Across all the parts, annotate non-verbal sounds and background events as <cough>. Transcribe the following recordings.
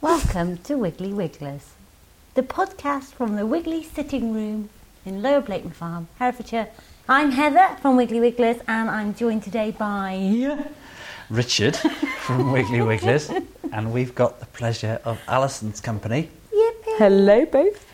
Welcome to Wiggly Wigglers, the podcast from the Wiggly sitting room in Lower Blakeney Farm, Herefordshire. I'm Heather from Wiggly Wigglers, and I'm joined today by Richard from Wiggly Wigglers, and we've got the pleasure of Alison's company. Yippee! Hello, both.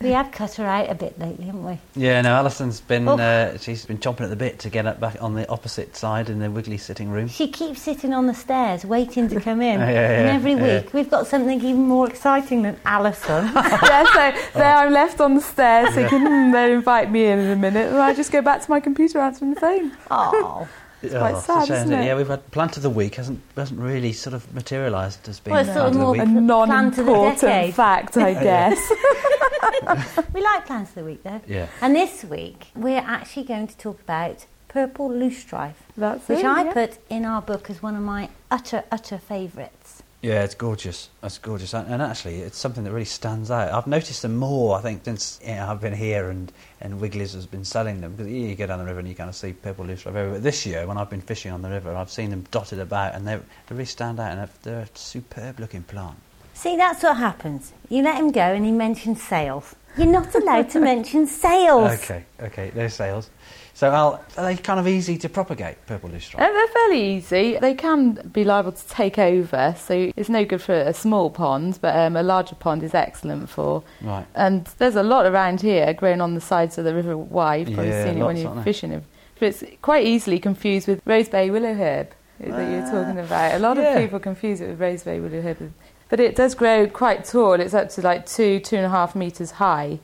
We have cut her out a bit lately, haven't we? Yeah, no, Alison's been Oh. uh, she's been chomping at the bit to get up back on the opposite side in the Wiggly sitting room. She keeps sitting on the stairs waiting to come in. <laughs> Yeah, yeah, and every yeah. week we've got something even more exciting than <laughs> Alison. <laughs> yeah, <laughs> so there I'm left on the stairs thinking, hmm, they'll invite me in in a minute. And I just go back to my computer answering the phone. oh. It's quite sad, isn't it? Yeah, we've had plant of the week hasn't hasn't really sort of materialised as being Well, it's sort of plant of the more- week. A Plan to the non important decade. <laughs> fact, I guess. We like plans of the week though. Yeah. And this week we're actually going to talk about purple loosestrife. That's which it, I yeah. put in our book as one of my utter, utter favourites. Yeah, it's gorgeous. It's gorgeous, and, and actually, it's something that really stands out. I've noticed them more, I think, since you know, I've been here and and Wiggly's has been selling them because you go down the river and you kind of see purple loosestrife everywhere. This year, when I've been fishing on the river, I've seen them dotted about, and they they really stand out, and they're- they're a superb looking plant. See, that's what happens. You let him go and he mentions sales. You're not allowed to mention sales. Okay, okay, no sales. So, Al, are they kind of easy to propagate purple loosestrife? Uh, they're fairly easy. They can be liable to take over, so it's no good for a small pond, but um, a larger pond is excellent for. Right. And there's a lot around here growing on the sides of the river Wye. You've probably Yeah, seen it when lots, aren't you're there? fishing. it. But it's quite easily confused with rosebay willow herb that you're talking about. A lot Ah, yeah. of people confuse it with rosebay willow herb. But it does grow quite tall. It's up to like two, two and a half metres high.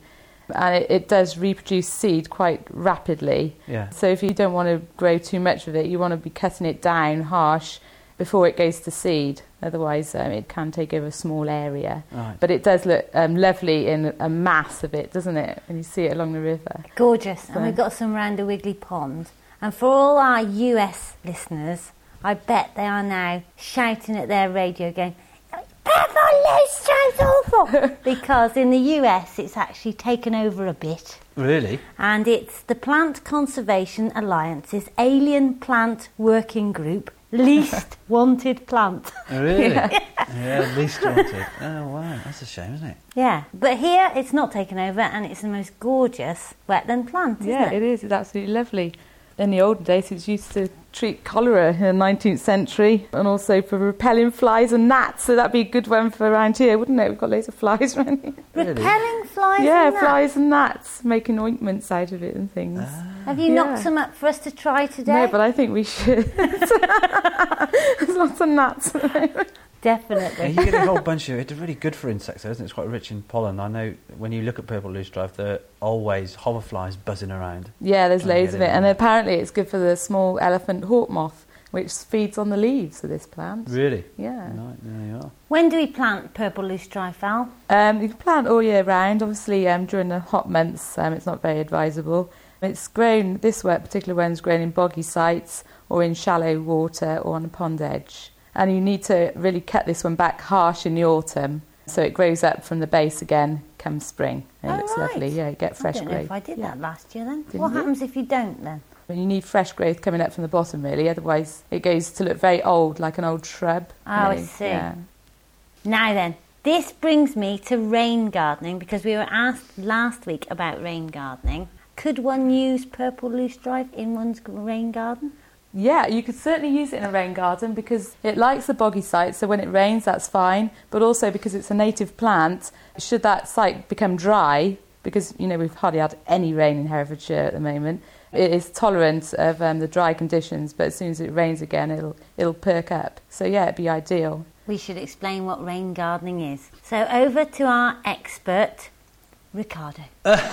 And it, it does reproduce seed quite rapidly. Yeah. So if you don't want to grow too much of it, you want to be cutting it down harsh before it goes to seed. Otherwise, um, it can take over a small area. Right. But it does look um, lovely in a mass of it, doesn't it? When you see it along the river. Gorgeous. And So- we've got some round the Wiggly Pond. And for all our US listeners, I bet they are now shouting at their radio going, Purple loosestrife's awful! because in the US it's actually taken over a bit. Really? and it's the Plant Conservation Alliance's Alien Plant Working Group <laughs> Least Wanted Plant. Really? yeah, least wanted. Oh, wow, that's a shame, isn't it? Yeah, but here it's not taken over and it's the most gorgeous wetland plant, isn't yeah, it? it is. It's absolutely lovely. In the olden days, it was used to treat cholera in the 19th century and also for repelling flies and gnats. So that'd be a good one for around here, wouldn't it? We've got loads of flies <laughs> around here. Really? Repelling flies yeah, and that. flies and gnats, making ointments out of it and things. Ah. Have you Yeah. knocked some up for us to try today? no, but I think we <laughs> should. There's lots of gnats. <laughs> Yeah, Definitely. you get a whole bunch of it's really good for insects, though, isn't it? It's quite rich in pollen. I know when you look at purple loosestrife, there are always hoverflies buzzing around. Yeah, there's Try and loads get of in it, and Oh, there. apparently it's good for the small elephant hawk moth, which feeds on the leaves of this plant. Really? Yeah. Right, there you are. when do we plant purple loosestrife, Al? Um, you can plant all year round. Obviously, um, during the hot months, um, it's not very advisable. It's grown, this wet particular one's grown in boggy sites or in shallow water or on a pond edge. And you need to really cut this one back harsh in the autumn so it grows up from the base again come spring. And Oh, it looks lovely. right. Yeah, you get fresh I don't know growth. if I did Yeah. that last year then. Didn't what you? happens if you don't then? But you need fresh growth coming up from the bottom, really. Otherwise, it goes to look very old, like an old shrub. Oh, I really. see. Now then, this brings me to rain gardening because we were asked last week about rain gardening. Could one use purple loosestrife in one's g- rain garden? Yeah, you could certainly use it in a rain garden because it likes the boggy sites, so when it rains, that's fine. But also because it's a native plant, should that site become dry, because you know we've hardly had any rain in Herefordshire at the moment, it is tolerant of um, the dry conditions. But as soon as it rains again, it'll it'll perk up. So yeah, it'd be ideal. We should explain what rain gardening is. So over to our expert, Ricardo.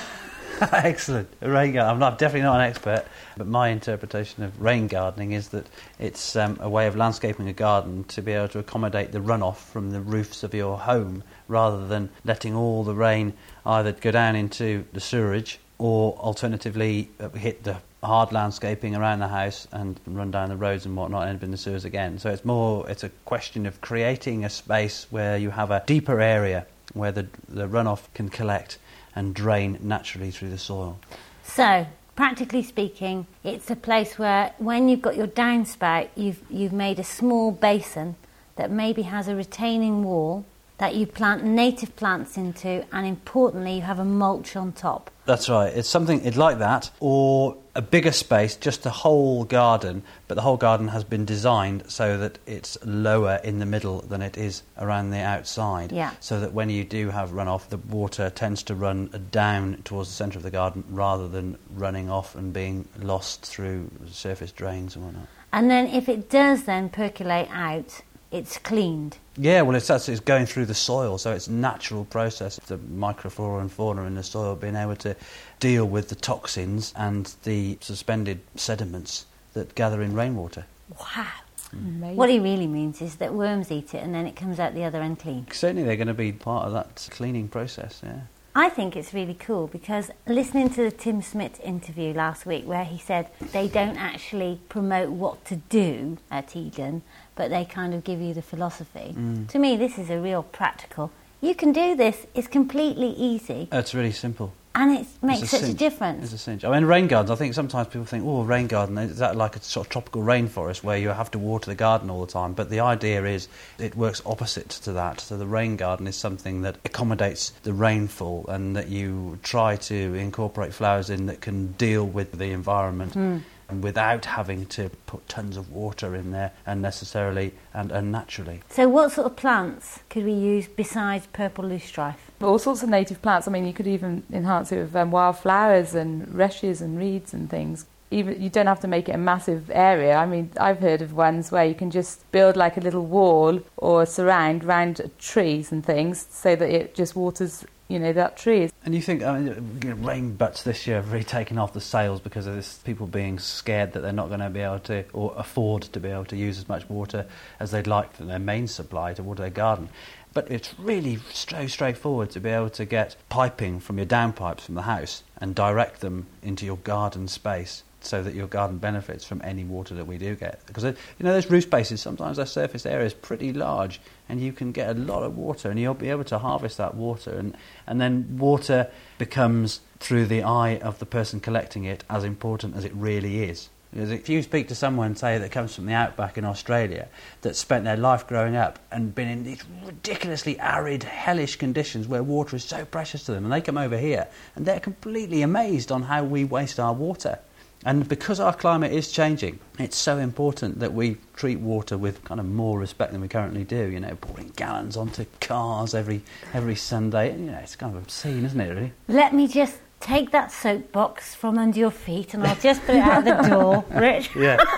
<laughs> Excellent. A Rain garden. I'm, not, definitely not an expert, but my interpretation of rain gardening is that it's um, a way of landscaping a garden to be able to accommodate the runoff from the roofs of your home rather than letting all the rain either go down into the sewerage or alternatively uh, hit the hard landscaping around the house and run down the roads and whatnot and end up in the sewers again. So it's more, it's a question of creating a space where you have a deeper area where the, the runoff can collect and drain naturally through the soil. So, practically speaking, it's a place where when you've got your downspout, you've, you've made a small basin that maybe has a retaining wall that you plant native plants into, and importantly, you have a mulch on top. That's right. It's something it's like that, or a bigger space, just a whole garden, but the whole garden has been designed so that it's lower in the middle than it is around the outside. Yeah. So that when you do have runoff, the water tends to run down towards the centre of the garden rather than running off and being lost through surface drains and whatnot. And then, if it does then percolate out, it's cleaned. Yeah, well, it's, that's, it's going through the soil, so it's a natural process. The microflora and fauna in the soil being able to deal with the toxins and the suspended sediments that gather in rainwater. Wow. Amazing. What he really means is that worms eat it and then it comes out the other end clean. Certainly, they're going to be part of that cleaning process. Yeah. I think it's really cool because listening to the Tim Smith interview last week where he said they don't actually promote what to do at Eden, but they kind of give you the philosophy. Mm. To me, this is a real practical. You can do this. It's completely easy It's really simple. and it makes It's such a cinch. It's difference. a cinch. I mean, rain gardens, I think sometimes people think, oh, rain garden, is that like a sort of tropical rainforest where you have to water the garden all the time? But the idea is it works opposite to that. So the rain garden is something that accommodates the rainfall and that you try to incorporate flowers in that can deal with the environment. Hmm. And without having to put tons of water in there unnecessarily and unnaturally. So, what sort of plants could we use besides purple loosestrife? All sorts of native plants. I mean, you could even enhance it with um, wildflowers and rushes and reeds and things. Even you don't have to make it a massive area. I mean, I've heard of ones where you can just build like a little wall or surround round trees and things, so that it just waters, you know, that tree. And you think, I mean, you know, rain butts this year have really taken off the sales because of this people being scared that they're not going to be able to or afford to be able to use as much water as they'd like from their main supply to water their garden. But it's really so straightforward to be able to get piping from your downpipes from the house and direct them into your garden space so that your garden benefits from any water that we do get. Because, uh, you know, those roof spaces, sometimes their surface area is pretty large and you can get a lot of water and you'll be able to harvest that water. And, and then water becomes, through the eye of the person collecting it, as important as it really is. Because if you speak to someone, say, that comes from the outback in Australia, that spent their life growing up and been in these ridiculously arid, hellish conditions where water is so precious to them, and they come over here and they're completely amazed on how we waste our water. And because our climate is changing, it's so important that we treat water with kind of more respect than we currently do. You know, pouring gallons onto cars every every Sunday. You know, it's kind of obscene, isn't it? Really. Let me just take that soapbox from under your feet and I'll just put it out the <laughs> door, Rich. Yeah. <laughs>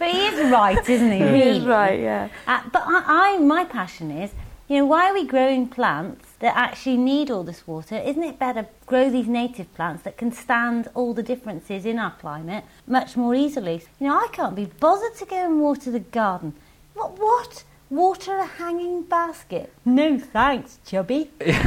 But he is right, isn't he? really? right, yeah. Uh, but I, I, my passion is, you know, why are we growing plants that actually need all this water? Isn't it better grow these native plants that can stand all the differences in our climate much more easily? You know, I can't be bothered to go and water the garden. What? What? Water a hanging basket? No thanks, chubby. It's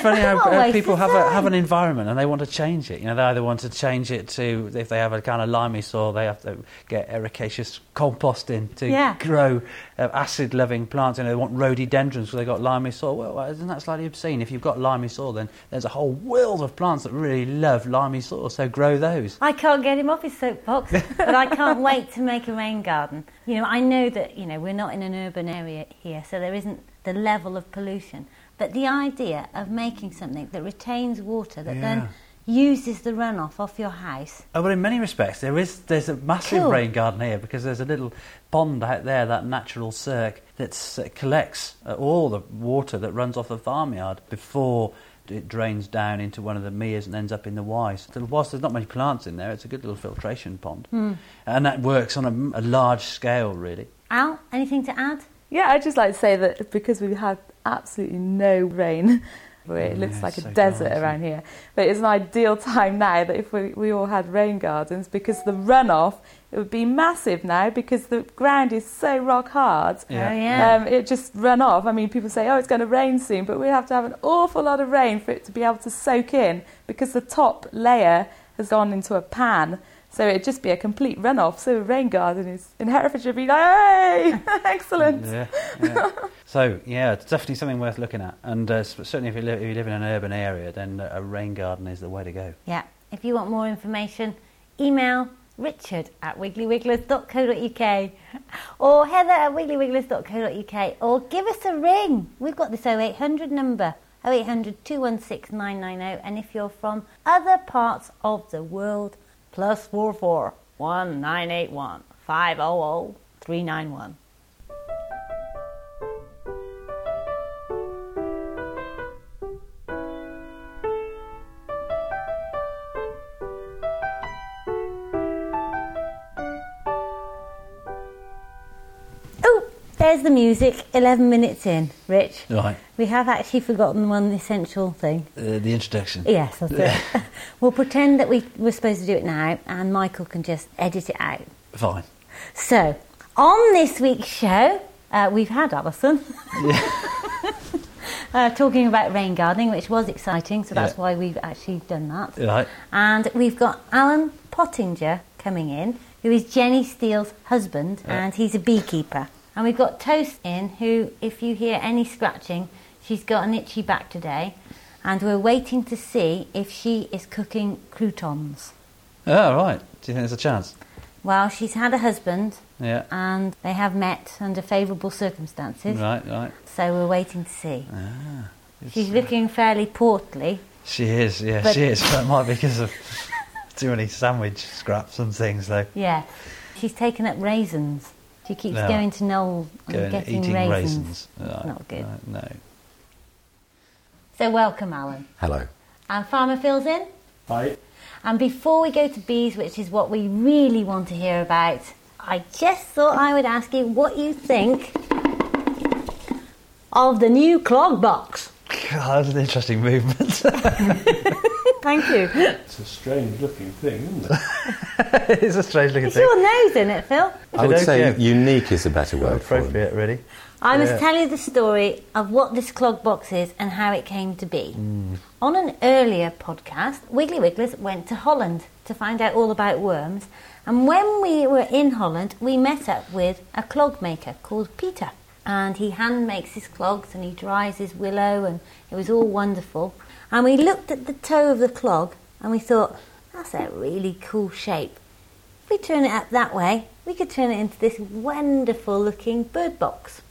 funny <laughs> how Not a uh, waste people of have a, time. have an environment and they want to change it. You know, they either want to change it to if they have a kind of limey soil, they have to get ericaceous compost in to Yeah. grow uh, acid-loving plants. You know, they want rhododendrons because they got limey soil. Well, well, isn't that slightly obscene? If you've got limey soil, then there's a whole world of plants that really love limey soil, so grow those. I can't get him off his soapbox, but I can't wait to make a rain garden. You know, I know that, you know, we're not in an urban area here, so there isn't the level of pollution. But the idea of making something that retains water, that then uses the runoff off your house, Oh, well, in many respects, there is there's a massive Cool. rain garden here because there's a little pond out there, that natural cirque that uh, collects uh, all the water that runs off the farmyard before it drains down into one of the meres and ends up in the Wye. So whilst there's not many plants in there, it's a good little filtration pond, and that works on a, a large scale, really. Al, anything to add? Yeah, I'd just like to say that because we've had absolutely no rain, <laughs> it looks it's like a so desert dry, isn't it? around here, but it's an ideal time now that if we, we all had rain gardens because the runoff, it would be massive now because the ground is so rock hard. Yeah. Oh, yeah. Um, it just run off. I mean, people say, oh, it's going to rain soon, but we have to have an awful lot of rain for it to be able to soak in because the top layer has gone into a pan. So it'd just be a complete runoff. So a rain garden is in Herefordshire would be like, hey, <laughs> excellent. Yeah, yeah. so yeah, it's definitely something worth looking at, and uh, s- certainly if you, live, if you live in an urban area, then a rain garden is the way to go. Yeah. If you want more information, email richard at wigglywigglers.co.uk or heather at wigglywigglers.co.uk or give us a ring. We've got this 0800 number 0800 216 990 oh. and if you're from other parts of the world, plus 44 1981 500 391. Oh, there's the music, 11 minutes in. Rich, Right, we have actually forgotten one essential thing. uh, the introduction. Yes, that's it. <laughs> we'll pretend that we were supposed to do it now and Michael can just edit it out. Fine. So, on this week's show, uh, we've had Alison <laughs> uh, talking about rain gardening, which was exciting, so that's Yeah. why we've actually done that. Right. And we've got Alan Pottinger coming in, who is Jenny Steele's husband, Yeah. and he's a beekeeper. And we've got Toast in, who, if you hear any scratching, she's got an itchy back today. And we're waiting to see if she is cooking croutons. Oh, right. Do you think there's a chance? Well, she's had a husband, Yeah. and they have met under favourable circumstances. Right, right. So we're waiting to see. It's- uh, She's looking fairly portly. She is, yeah, But- she is. <laughs> That might be because of too many sandwich scraps and things, though. Yeah, she's taken up raisins. She keeps No. going to Noel and Going getting eating raisins. raisins. Right, Not good. right, no. So welcome, Alan. Hello. And Farmer Phil's in. Hi. And before we go to bees, which is what we really want to hear about, I just thought I would ask you what you think of the new clog box. God, that's an interesting movement. <laughs> Thank you. It's a strange looking thing, isn't it? it's a strange looking It's thing. your nose in it, Phil. I would say Pinocchio. unique is a better word for it. Appropriate, really. I must Yeah. tell you the story of what this clog box is and how it came to be. On an earlier podcast, Wiggly Wigglers went to Holland to find out all about worms. And when we were in Holland, we met up with a clog maker called Peter. And he hand makes his clogs and he dries his willow, and it was all wonderful. And we looked at the toe of the clog and we thought, that's a really cool shape. If we turn it up that way, we could turn it into this wonderful looking bird box.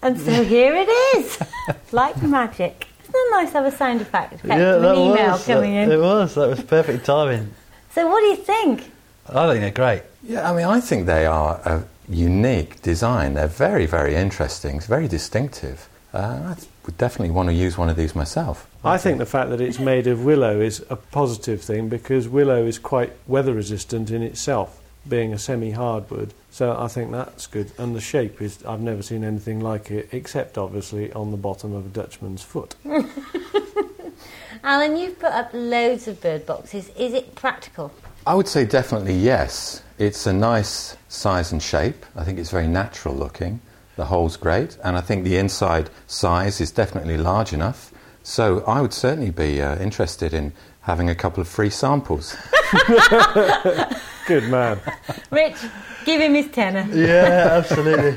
And <laughs> so here it is, <laughs> like magic. Isn't that nice to have a sound effect effect of an email coming that, in? It was. That was perfect timing. So what do you think? I think they're great. Yeah, I mean, I think they are a unique design. They're very, very interesting. It's very distinctive. Uh, I would definitely want to use one of these myself. <laughs> I think the fact that it's made of willow is a positive thing because willow is quite weather resistant in itself, being a semi hardwood. So I think that's good. And the shape is, I've never seen anything like it, except obviously on the bottom of a Dutchman's foot. Alan, you've put up loads of bird boxes. Is it practical? I would say definitely yes. It's a nice size and shape. I think it's very natural looking. The hole's great, and I think the inside size is definitely large enough. So I would certainly be uh, interested in having a couple of free samples. Good <laughs> man. Rich, give him his tenner. Yeah, <laughs> absolutely.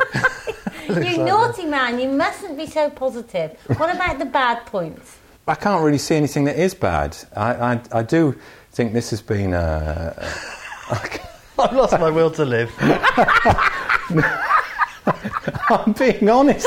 you naughty man, you mustn't be so positive. What about the bad points? I can't really see anything that is bad. I, I, I do think this has been uh, a. I've lost my will to live. <laughs> I'm being honest.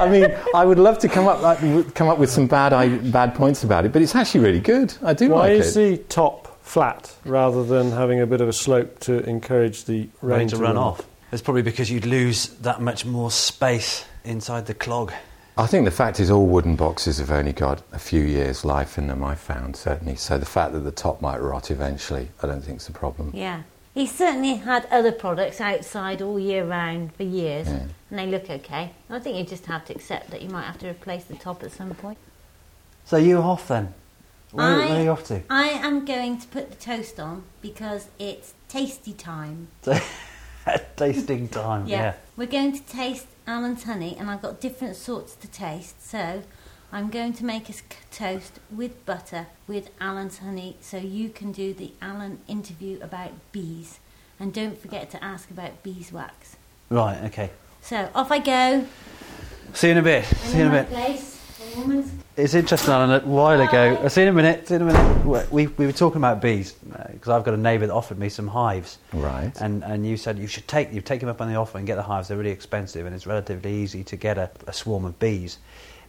I mean, I would love to come up like, w- come up with some bad I, bad points about it, but it's actually really good. I do Why like is it. the top flat rather than having a bit of a slope to encourage the rain, Rain to run off. It's probably because you'd lose that much more space inside the clog. I think the fact is all wooden boxes have only got a few years' life in them. I found certainly. So the fact that the top might rot eventually, I don't think is a problem. Yeah. He certainly had other products outside all year round for years, Yeah. and they look okay. I think you just have to accept that you might have to replace the top at some point. So you off then? Where, I- where are you off to? <laughs> I am going to put the toast on because it's tasty time. Tasting time. Yeah. We're going to taste Alan's honey, and I've got different sorts to taste. So I'm going to make us c- toast with butter with Alan's honey so you can do the Alan interview about bees. And don't forget to ask about beeswax. Right. Okay. So off I go. See you in a bit. I'm See you in a my bit. place. I'm woman's It's interesting, Alan. A while ago, I see you in a minute. See you in a minute. We, we were talking about bees because I've got a neighbour that offered me some hives, Right. and and you said you should take you take them up on the offer and get the hives. They're really expensive, and it's relatively easy to get a, a swarm of bees.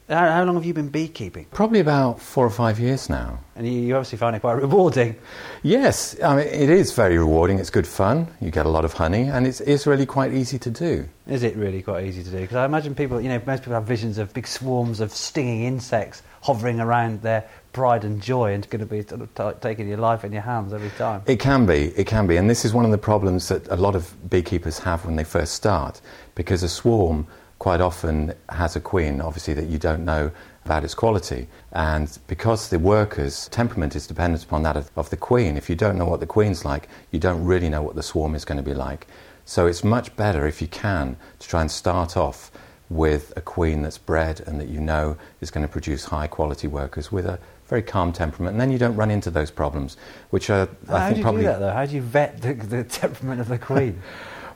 How, how long have you been beekeeping? Probably about four or five years now. And you, you obviously find it quite <laughs> rewarding. Yes, I mean, it is very rewarding. It's good fun. You get a lot of honey, and it's, it's really quite easy to do. Is it really quite easy to do? Because I imagine people, you know, most people have visions of big swarms of stinging insects hovering around their pride and joy, and it's going to be sort of t- taking your life in your hands every time. It can be, it can be. And this is one of the problems that a lot of beekeepers have when they first start, because a swarm quite often has a queen, obviously, that you don't know about its quality. And because the worker's temperament is dependent upon that of, of the queen, if you don't know what the queen's like, you don't really know what the swarm is going to be like. So it's much better if you can to try and start off with a queen that's bred and that you know is going to produce high quality workers with a very calm temperament, and then you don't run into those problems, which are, I How think, do you probably. do that though? How do you vet the, the temperament of the queen?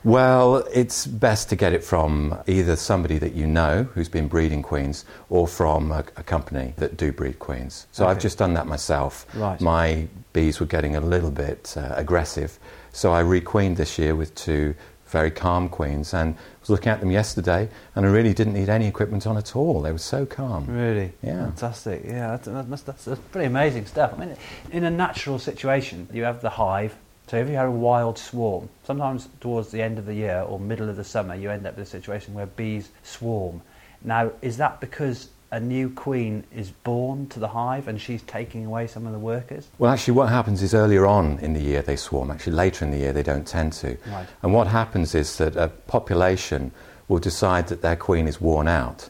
Well, it's best to get it from either somebody that you know who's been breeding queens or from a, a company that do breed queens. So I've Okay. just done that myself. Right. My bees were getting a little bit uh, aggressive, so I requeened this year with two very calm queens and was looking at them yesterday and I really didn't need any equipment on at all. They were so calm. really? Yeah. Fantastic. Yeah, that's, that must- that's, that's pretty amazing stuff. I mean, in a natural situation, you have the hive. So if you had a wild swarm, sometimes towards the end of the year or middle of the summer, you end up with a situation where bees swarm. Now, is that because a new queen is born to the hive and she's taking away some of the workers? Well, actually, what happens is earlier on in the year they swarm. Actually, later in the year they don't tend to. Right. And what happens is that a population will decide that their queen is worn out,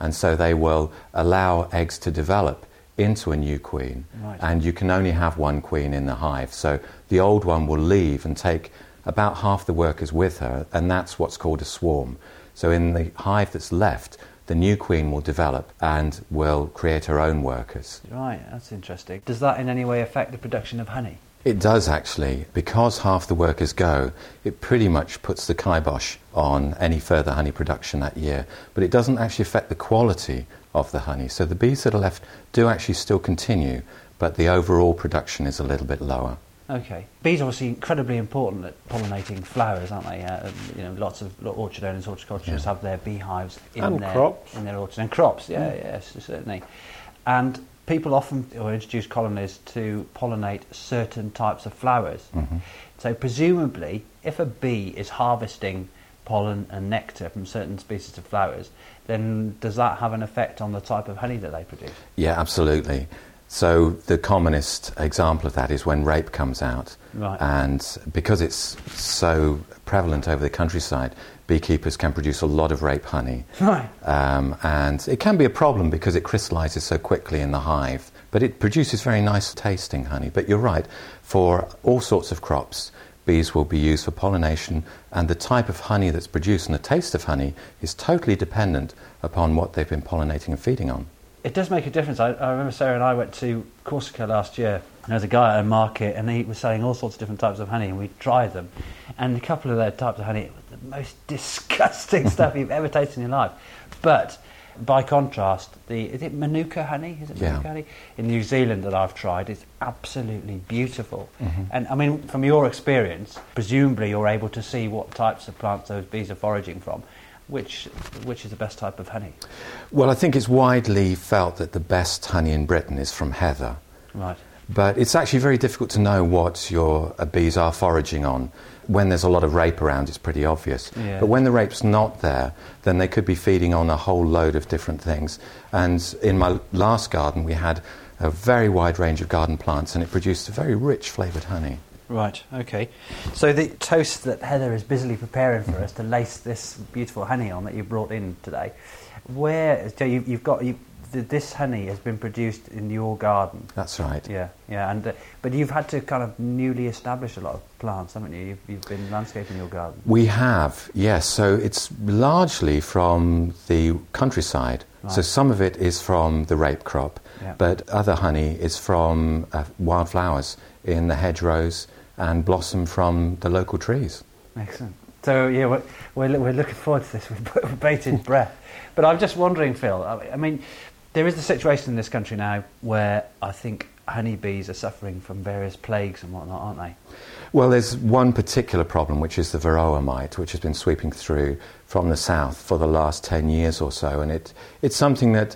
and so they will allow eggs to develop into a new queen. Right. And you can only have one queen in the hive, so the old one will leave and take about half the workers with her, and that's what's called a swarm. So in the hive that's left, the new queen will develop and will create her own workers. Right, that's interesting. Does that in any way affect the production of honey? It does actually. Because half the workers go, it pretty much puts the kibosh on any further honey production that year. But it doesn't actually affect the quality of the honey. So the bees that are left do actually still continue, but the overall production is a little bit lower. Okay. Bees are obviously incredibly important at pollinating flowers, aren't they? Uh, um, you know, lots of lo- orchard owners, horticulturists have their beehives in And their crops. Mm. in their orchard and crops. Yeah, yes, certainly. And people often or introduce colonies to pollinate certain types of flowers. Mm-hmm. So presumably, if a bee is harvesting pollen and nectar from certain species of flowers, then does that have an effect on the type of honey that they produce? <laughs> Yeah, absolutely. So the commonest example of that is when rape comes out. Right. And because it's so prevalent over the countryside, beekeepers can produce a lot of rape honey. Right. Um, and it can be a problem because it crystallizes so quickly in the hive, but it produces very nice tasting honey. But you're right, for all sorts of crops, bees will be used for pollination, and the type of honey that's produced and the taste of honey is totally dependent upon what they've been pollinating and feeding on. It does make a difference. I, I remember Sarah and I went to Corsica last year. And there was a guy at a market, and he was selling all sorts of different types of honey, and we tried them. And a couple of their types of honey it was the most <laughs> disgusting stuff you've ever tasted in your life. But by contrast, the is it Manuka honey? Is it Yeah. Manuka honey in New Zealand that I've tried is absolutely beautiful. And I mean, from your experience, presumably you're able to see what types of plants those bees are foraging from, which which is the best type of honey. Well, I think it's widely felt that the best honey in Britain is from heather. Right. But it's actually very difficult to know what your uh, bees are foraging on. When there's a lot of rape around, it's pretty obvious. Yeah. But when the rape's not there, then they could be feeding on a whole load of different things. And in my last garden, we had a very wide range of garden plants, and it produced a very rich flavoured honey. Right, okay. So the toast that Heather is busily preparing for us to lace this beautiful honey on that you brought in today, where, so you, you've got, you, th- this honey has been produced in your garden. That's right. Yeah, yeah, and uh, but you've had to kind of newly establish a lot of plants, haven't you? You've, you've been landscaping your garden. We have, yes. So it's largely from the countryside. So Right. some of it is from the rape crop, Yeah. but other honey is from uh, wildflowers in the hedgerows and blossom from the local trees. Excellent. So yeah, we're, <laughs> <laughs> we're, we're looking forward to this with bated breath. But I'm just wondering, Phil. I I mean, There is the situation in this country now where I think honeybees are suffering from various plagues and whatnot, aren't they? Well, there's one particular problem, which is the varroa mite, which has been sweeping through from the south for the last 10 years or so. And it, it's something that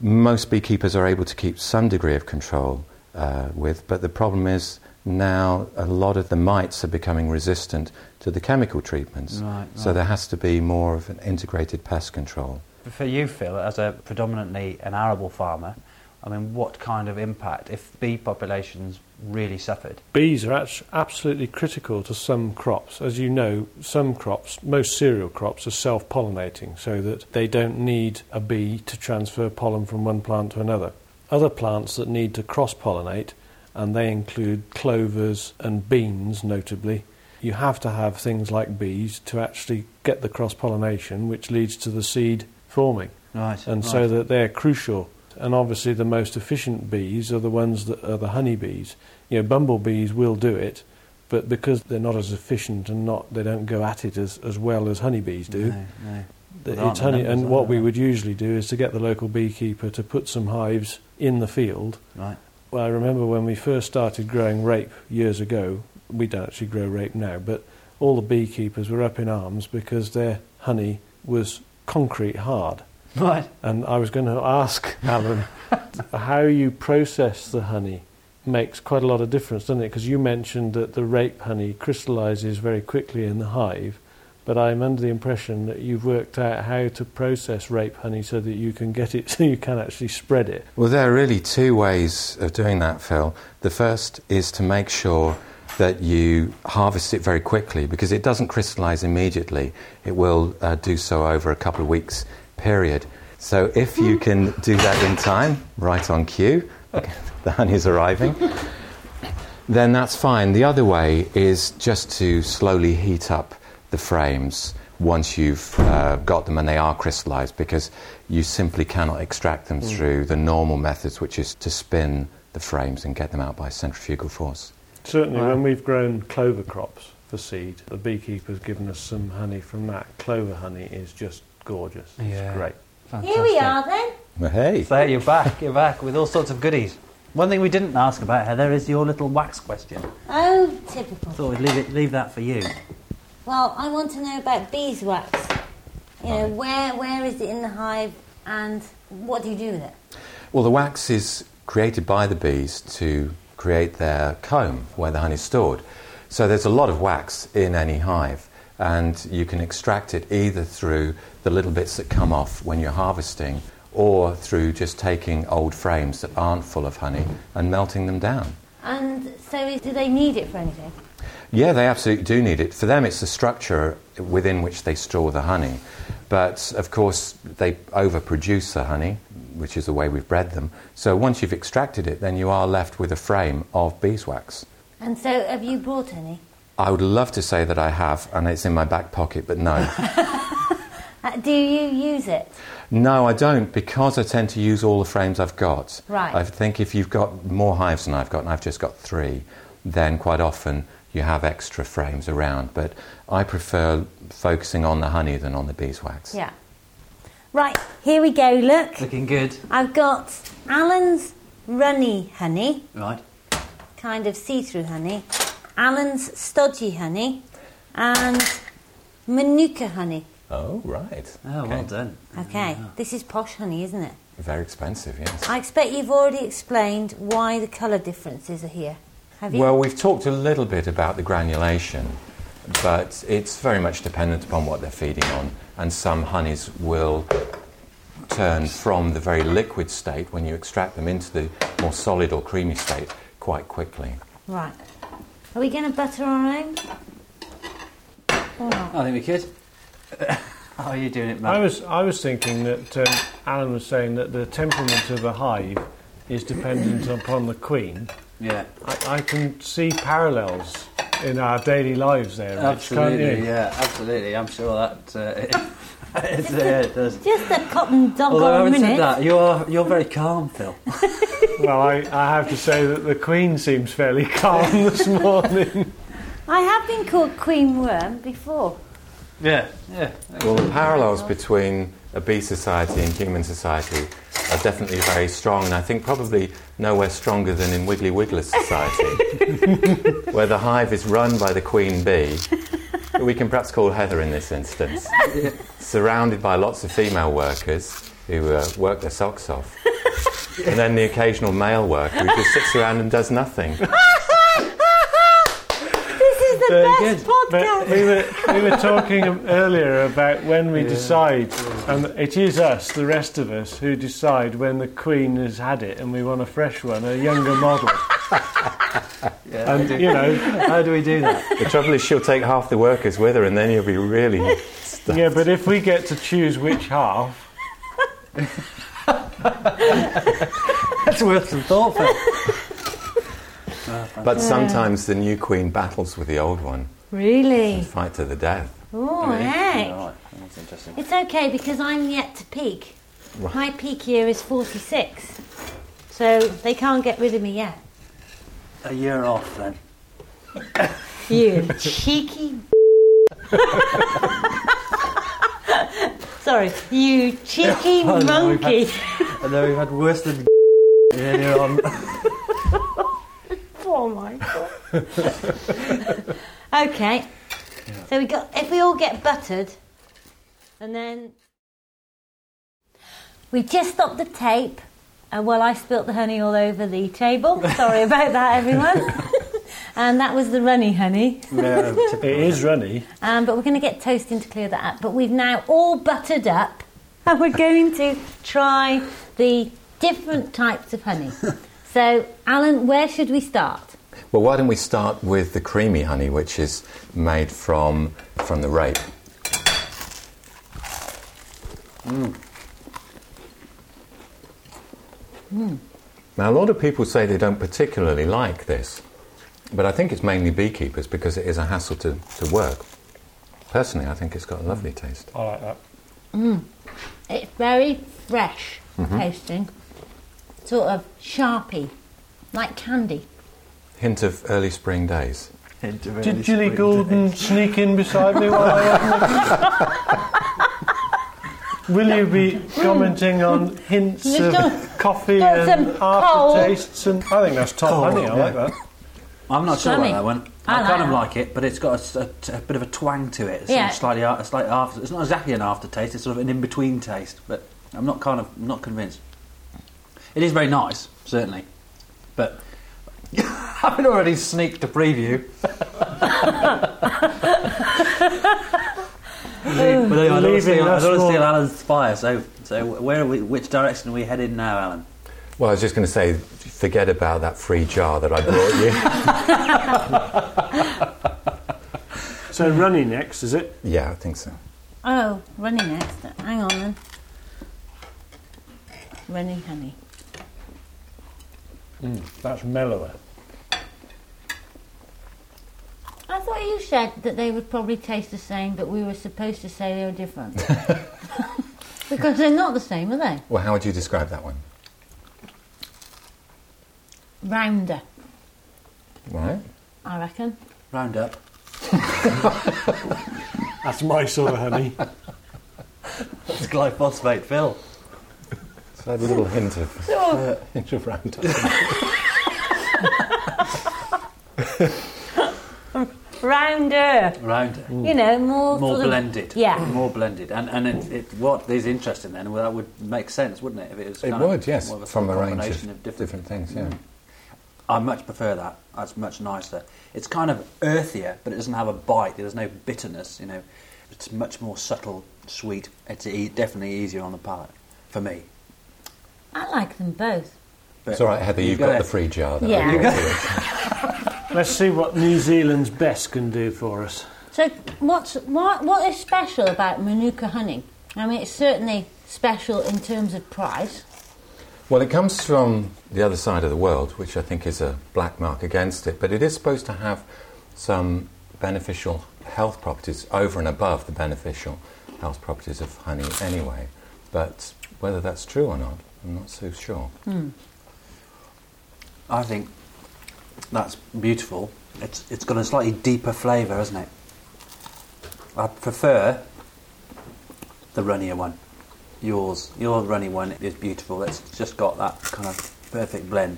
most beekeepers are able to keep some degree of control uh, with. But the problem is now a lot of the mites are becoming resistant to the chemical treatments. Right, So right. there has to be more of an integrated pest control. For you, Phil, as a predominantly an arable farmer, I mean, what kind of impact if bee populations really suffered? Bees are abs- absolutely critical to some crops. As you know, some crops, most cereal crops, are self pollinating so that they don't need a bee to transfer pollen from one plant to another. Other plants that need to cross pollinate, and they include clovers and beans, notably, you have to have things like bees to actually get the cross pollination, which leads to the seed forming Right. and so that they're crucial. And obviously, the most efficient bees are the ones that are the honeybees. You know, bumblebees will do it, but because they're not as efficient and not, they don't go at it as, as well as honeybees do. No, no. The- There aren't it's the honey, numbers, and are what there? we would usually do is to get the local beekeeper to put some hives in the field. Right. Well, I remember when we first started growing rape years ago. We don't actually grow rape now, but all the beekeepers were up in arms because their honey was concrete hard. Right. And I was going to ask Alan how you process the honey makes quite a lot of difference, doesn't it? Because you mentioned that the rape honey crystallizes very quickly in the hive, but I'm under the impression that you've worked out how to process rape honey so that you can get it, <laughs> so you can actually spread it. Well, there are really two ways of doing that, Phil. The first is to make sure that you harvest it very quickly because it doesn't crystallize immediately. It will uh, do so over a couple of weeks period. So if you can do that in time, right on cue, <laughs> okay, the honey's arriving, then that's fine. The other way is just to slowly heat up the frames once you've uh, got them and they are crystallized because you simply cannot extract them through the normal methods, which is to spin the frames and get them out by centrifugal force. Certainly, Wow. when we've grown clover crops for seed, the beekeeper's given us some honey from that. Clover honey is just gorgeous. Yeah. It's great. Fantastic. Here we are then. Well, hey, So you're back. You're back with all sorts of goodies. One thing we didn't ask about Heather is your little wax question. Oh, typical. I thought we'd leave it, leave that for you. Well, I want to know about beeswax. You know, where where is it in the hive, and what do you do with it? Well, the wax is created by the bees to create their comb where the honey is stored. So there's a lot of wax in any hive, and you can extract it either through the little bits that come off when you're harvesting or through just taking old frames that aren't full of honey and melting them down. And so, is, do they need it for anything? Yeah, they absolutely do need it. For them, it's the structure within which they store the honey. But of course, they overproduce the honey, which is the way we've bred them. So once you've extracted it, then you are left with a frame of beeswax. And so, have you brought any? I would love to say that I have, and it's in my back pocket, but no. Uh, do you use it? no, I don't, because I tend to use all the frames I've got. Right. I think if you've got more hives than I've got, and I've just got three, then quite often you have extra frames around. But I prefer focusing on the honey than on the beeswax. Yeah. Right here we go. Look, Looking good. I've got Alan's runny honey, Right. kind of see-through honey, Alan's stodgy honey, and manuka honey. Oh, right. Oh, well Okay. done. Okay, Ah. this is posh honey, isn't it? Very expensive, yes. I expect you've already explained why the colour differences are here. Have you? Well, we've talked a little bit about the granulation, but it's very much dependent upon what they're feeding on. And some honeys will turn from the very liquid state when you extract them into the more solid or creamy state quite quickly. right. Are we going to butter our own? Or not? I think we could. <laughs> How are you doing it, I man? was I was thinking that um, Alan was saying that the temperament of a hive is dependent upon the queen. Yeah. I, I can see parallels in our daily lives there. Rich, can't Absolutely. you? Yeah. Absolutely. I'm sure that uh, <laughs> it, yeah, it does. Just a cotton dog Although I or a haven't minute. said that, you're you're very calm, Phil. <laughs> Well, I, I have to say that the queen seems fairly <laughs> calm this morning. I have been called Queen Worm before. yeah. Yeah. Well, the parallels between a bee society and human society are definitely very strong, and I think probably nowhere stronger than in Wiggly Wiggler society, <laughs> where the hive is run by the queen bee, who we can perhaps call Heather in this instance, surrounded by lots of female workers who uh, work their socks off, and then the occasional male worker who just sits around and does nothing. This is the Very best good. But podcast. we were we were talking earlier about when we decide, and it is us, the rest of us, who decide when the Queen has had it, and we want a fresh one, a younger model. and you know, How do we do that? <laughs> The trouble is, she'll take half the workers with her, and then you'll be really stuck. yeah. But if we get to choose which <laughs> half, That's worth some thought for. But sometimes the new queen battles with the old one, Really? fight to the death. Oh, heck. Right, that's interesting. It's okay because I'm yet to peak. My peak year is 46. So they can't get rid of me yet. A year off then. You <laughs> cheeky. Sorry, you cheeky Oh, no, we've monkey. And then we've had worse than earlier on. Oh my god. okay. So we got if we all get buttered and then we just stopped the tape and well I spilt the honey all over the table. Sorry about that everyone. <laughs> and that was the runny honey. it is runny. Um, but we're going to get toasting to clear that up. But we've now all buttered up <laughs> and we're going to try the different types of honey. so, Alan, where should we start? Well, why don't we start with the creamy honey, which is made from from the rape? Now, a lot of people say they don't particularly like this, but I think it's mainly beekeepers because it is a hassle to, to work. Personally, I think it's got a lovely taste. I like that. It's very fresh Mm-hmm. tasting, sort of sharpie, like candy. Hint of early spring days. Did Jilly Goulden <laughs> sneak in beside me while I opened it? Will you be commenting on hints You've of done- coffee done and some coal. aftertastes? And I think that's top Coal, honey. I like yeah. that. I'm not sure about Slimy. that one. I I, like kind that. of like it, but it's got a s- a, t- a bit of a twang to it. It's Yeah. sort of slightly, a slight after. It's not exactly an aftertaste. It's sort of an in-between taste. But I'm not kind of not convinced. It is very nice, certainly, but <laughs> I've already sneaked a preview. <laughs> but anyway, I don't want to Leaving steal, I us don't want to steal more- Alan's fire. So, so where are we? Which direction are we headed now, Alan? Well, I was just going to say, forget about that free jar that I brought you. So runny next, is it? Yeah, I think so. Oh, runny next. Hang on then. Runny honey. That's mellower. I thought you said that they would probably taste the same, but we were supposed to say they were <laughs> different. because they're not the same, are they? Well, how would you describe that one? Rounder, Right. I reckon. Round up. That's my sort of honey. It's glyphosate, Phil. So I have a little <laughs> hint of <laughs> hint of round. Rounder. Round. You know, more more sort of- blended. Yeah. more blended. And and it, it, what is interesting then? Well, that would make sense, wouldn't it? If it was It kind of would, yes, more of a from a sort of Mm. range of, combination different, things. Yeah. I much prefer that. That's much nicer. It's kind of earthier, but it doesn't have a bite. There's no bitterness. You know, it's much more subtle, sweet. It's e- definitely easier on the palate for me. I like them both. But It's all right, Heather. You've, you got, gotta- the free jar. That Yeah. I You brought you. Let's see what New Zealand's best can do for us. So, what's what what is special about Manuka honey? I mean, it's certainly special in terms of price. Well, it comes from the other side of the world, which I think is a black mark against it. But it is supposed to have some beneficial health properties over and above the beneficial health properties of honey, anyway. But whether that's true or not, I'm not so sure. Hmm. I think that's beautiful. It's it's got a slightly deeper flavour, hasn't it? I prefer the runnier one. yours, your runny one is beautiful. It's just got that kind of perfect blend.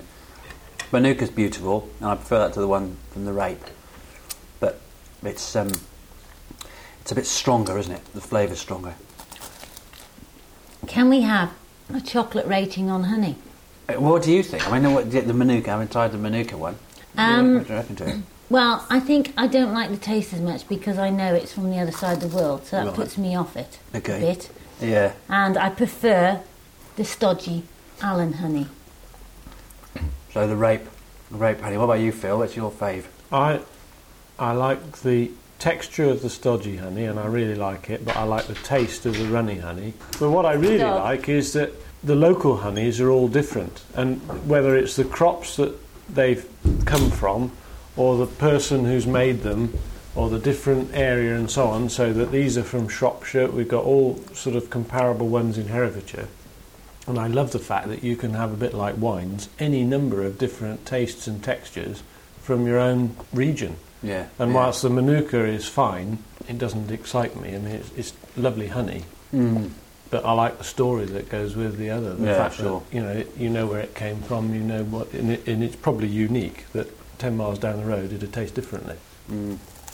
Manuka's beautiful, and I prefer that to the one from the rape. But it's um, it's a bit stronger, isn't it? The flavour's stronger. Can we have a chocolate rating on honey? Uh, What do you think? I mean, what, the Manuka. I haven't tried the Manuka one. Um, what do you reckon to it? Well, I think I don't like the taste as much because I know it's from the other side of the world, so that Right. puts me off it <coughs> Okay. a bit. Yeah. And I prefer the stodgy Allen honey. So the rape, the rape honey. What about you, Phil? What's your fave? I, I like the texture of the stodgy honey, and I really like it, but I like the taste of the runny honey. But what I really Dog. like is that the local honeys are all different, and whether it's the crops that they've come from, or the person who's made them, or the different area and so on, so that these are from Shropshire. We've got all sort of comparable ones in Herefordshire. And I love the fact that you can have a bit like wines, any number of different tastes and textures from your own region. Yeah. And yeah. whilst the manuka is fine, it doesn't excite me. I mean, it's, it's lovely honey, Mm. but I like the story that goes with the other. The Yeah, fact that, sure. you know, it- you know where it came from. You know what, and, it, and it's probably unique that ten miles down the road it'd taste differently.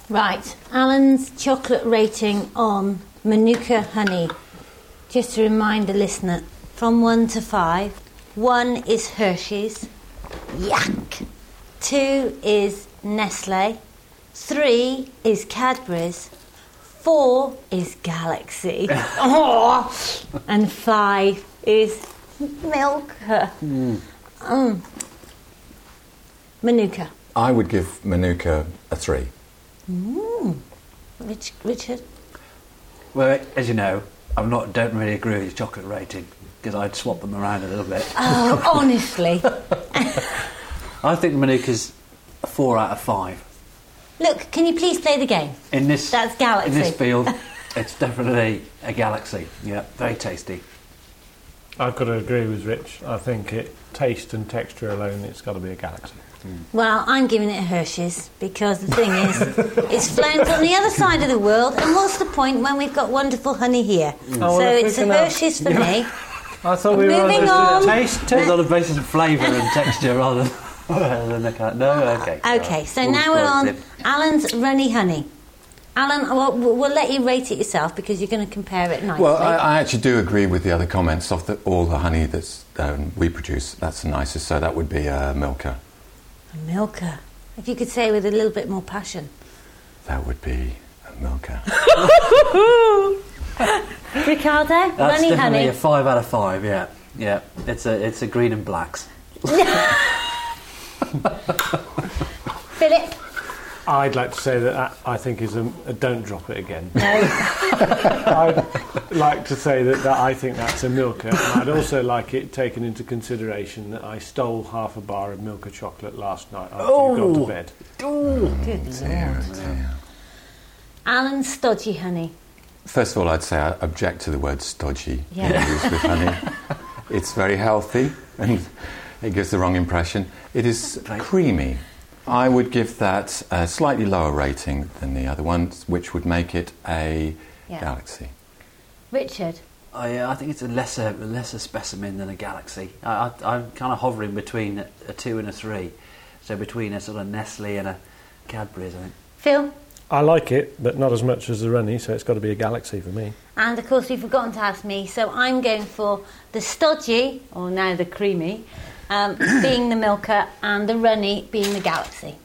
Right, Alan's chocolate rating on Manuka honey. Just to remind the listener, from one to five, one is Hershey's, yuck. Two is Nestle, three is Cadbury's, four is Galaxy, Oh, and five is Milka. Mm. Manuka. I would give Manuka a three. Rich, Richard. Well, as you know, I'm not don't really agree with your chocolate rating because I'd swap them around a little bit. Oh, honestly. I think the Manuka's a four out of five. Look, can you please play the game? In this That's Galaxy. In this field, it's definitely a galaxy. Yeah, very tasty. I've got to agree with Rich. I think it taste and texture alone, it's got to be a galaxy. Well, I'm giving it Hershey's because the thing is, it's flown from the other side of the world, and what's the point when we've got wonderful honey here? well, so if we it's a can have- Hershey's for me. I thought we we were on Moving were the- on. taste. It's on the basis of flavour and texture rather than, <laughs> rather than the kind. No, okay. Ah, Okay, so All now we're on positive. Alan's runny honey. Alan, we'll, we'll let you rate it yourself because you're going to compare it nicely. Well, I, I actually do agree with the other comments. Of the, all the honey that um, we produce, that's the nicest. So that would be uh, Milka. A Milka. If you could say it with a little bit more passion. That would be a Milka. Ricardo, That's runny definitely honey. a five out of five. Yeah, yeah. It's a it's a green and blacks. <laughs> Philip. I'd like to say that that I think is a, a don't drop it again. No. I'd like to say that, that I think that's a Milka, and I'd also like it taken into consideration that I stole half a bar of Milka chocolate last night after you got Oh. to bed. Good Dear, lord. dear. Alan's stodgy honey. First of all, I'd say I object to the word stodgy Yeah. being used with honey. it's very healthy and it gives the wrong impression. It is Right. creamy. I would give that a slightly lower rating than the other ones, which would make it a Yeah. galaxy. Richard. I, uh, I think it's a lesser a lesser specimen than a galaxy. I, I, I'm kind of hovering between a two and a three, so between a sort of Nestle and a Cadbury's. I think. Phil. I like it, but not as much as the runny, so it's got to be a galaxy for me. And of course, we've forgotten to ask me, so I'm going for the stodgy, or now the creamy, <coughs> um, being the milker, and the runny being the galaxy.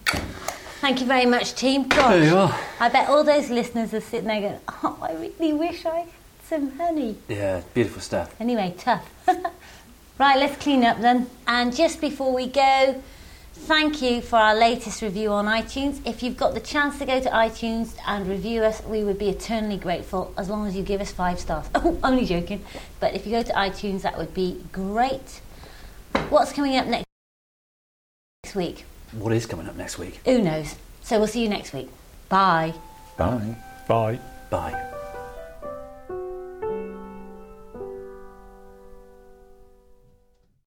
Thank you very much, team. Gosh, There you are. I bet all those listeners are sitting there going, oh, I really wish I had some honey. Yeah, beautiful stuff. Anyway, tough. <laughs> right, let's clean up then. And just before we go, thank you for our latest review on iTunes. If you've got the chance to go to iTunes and review us, we would be eternally grateful as long as you give us five stars. <laughs> Oh, only joking. But if you go to iTunes, that would be great. What's coming up next next week? What is coming up next week? Who knows? So we'll see you next week. Bye. Bye. Bye. Bye.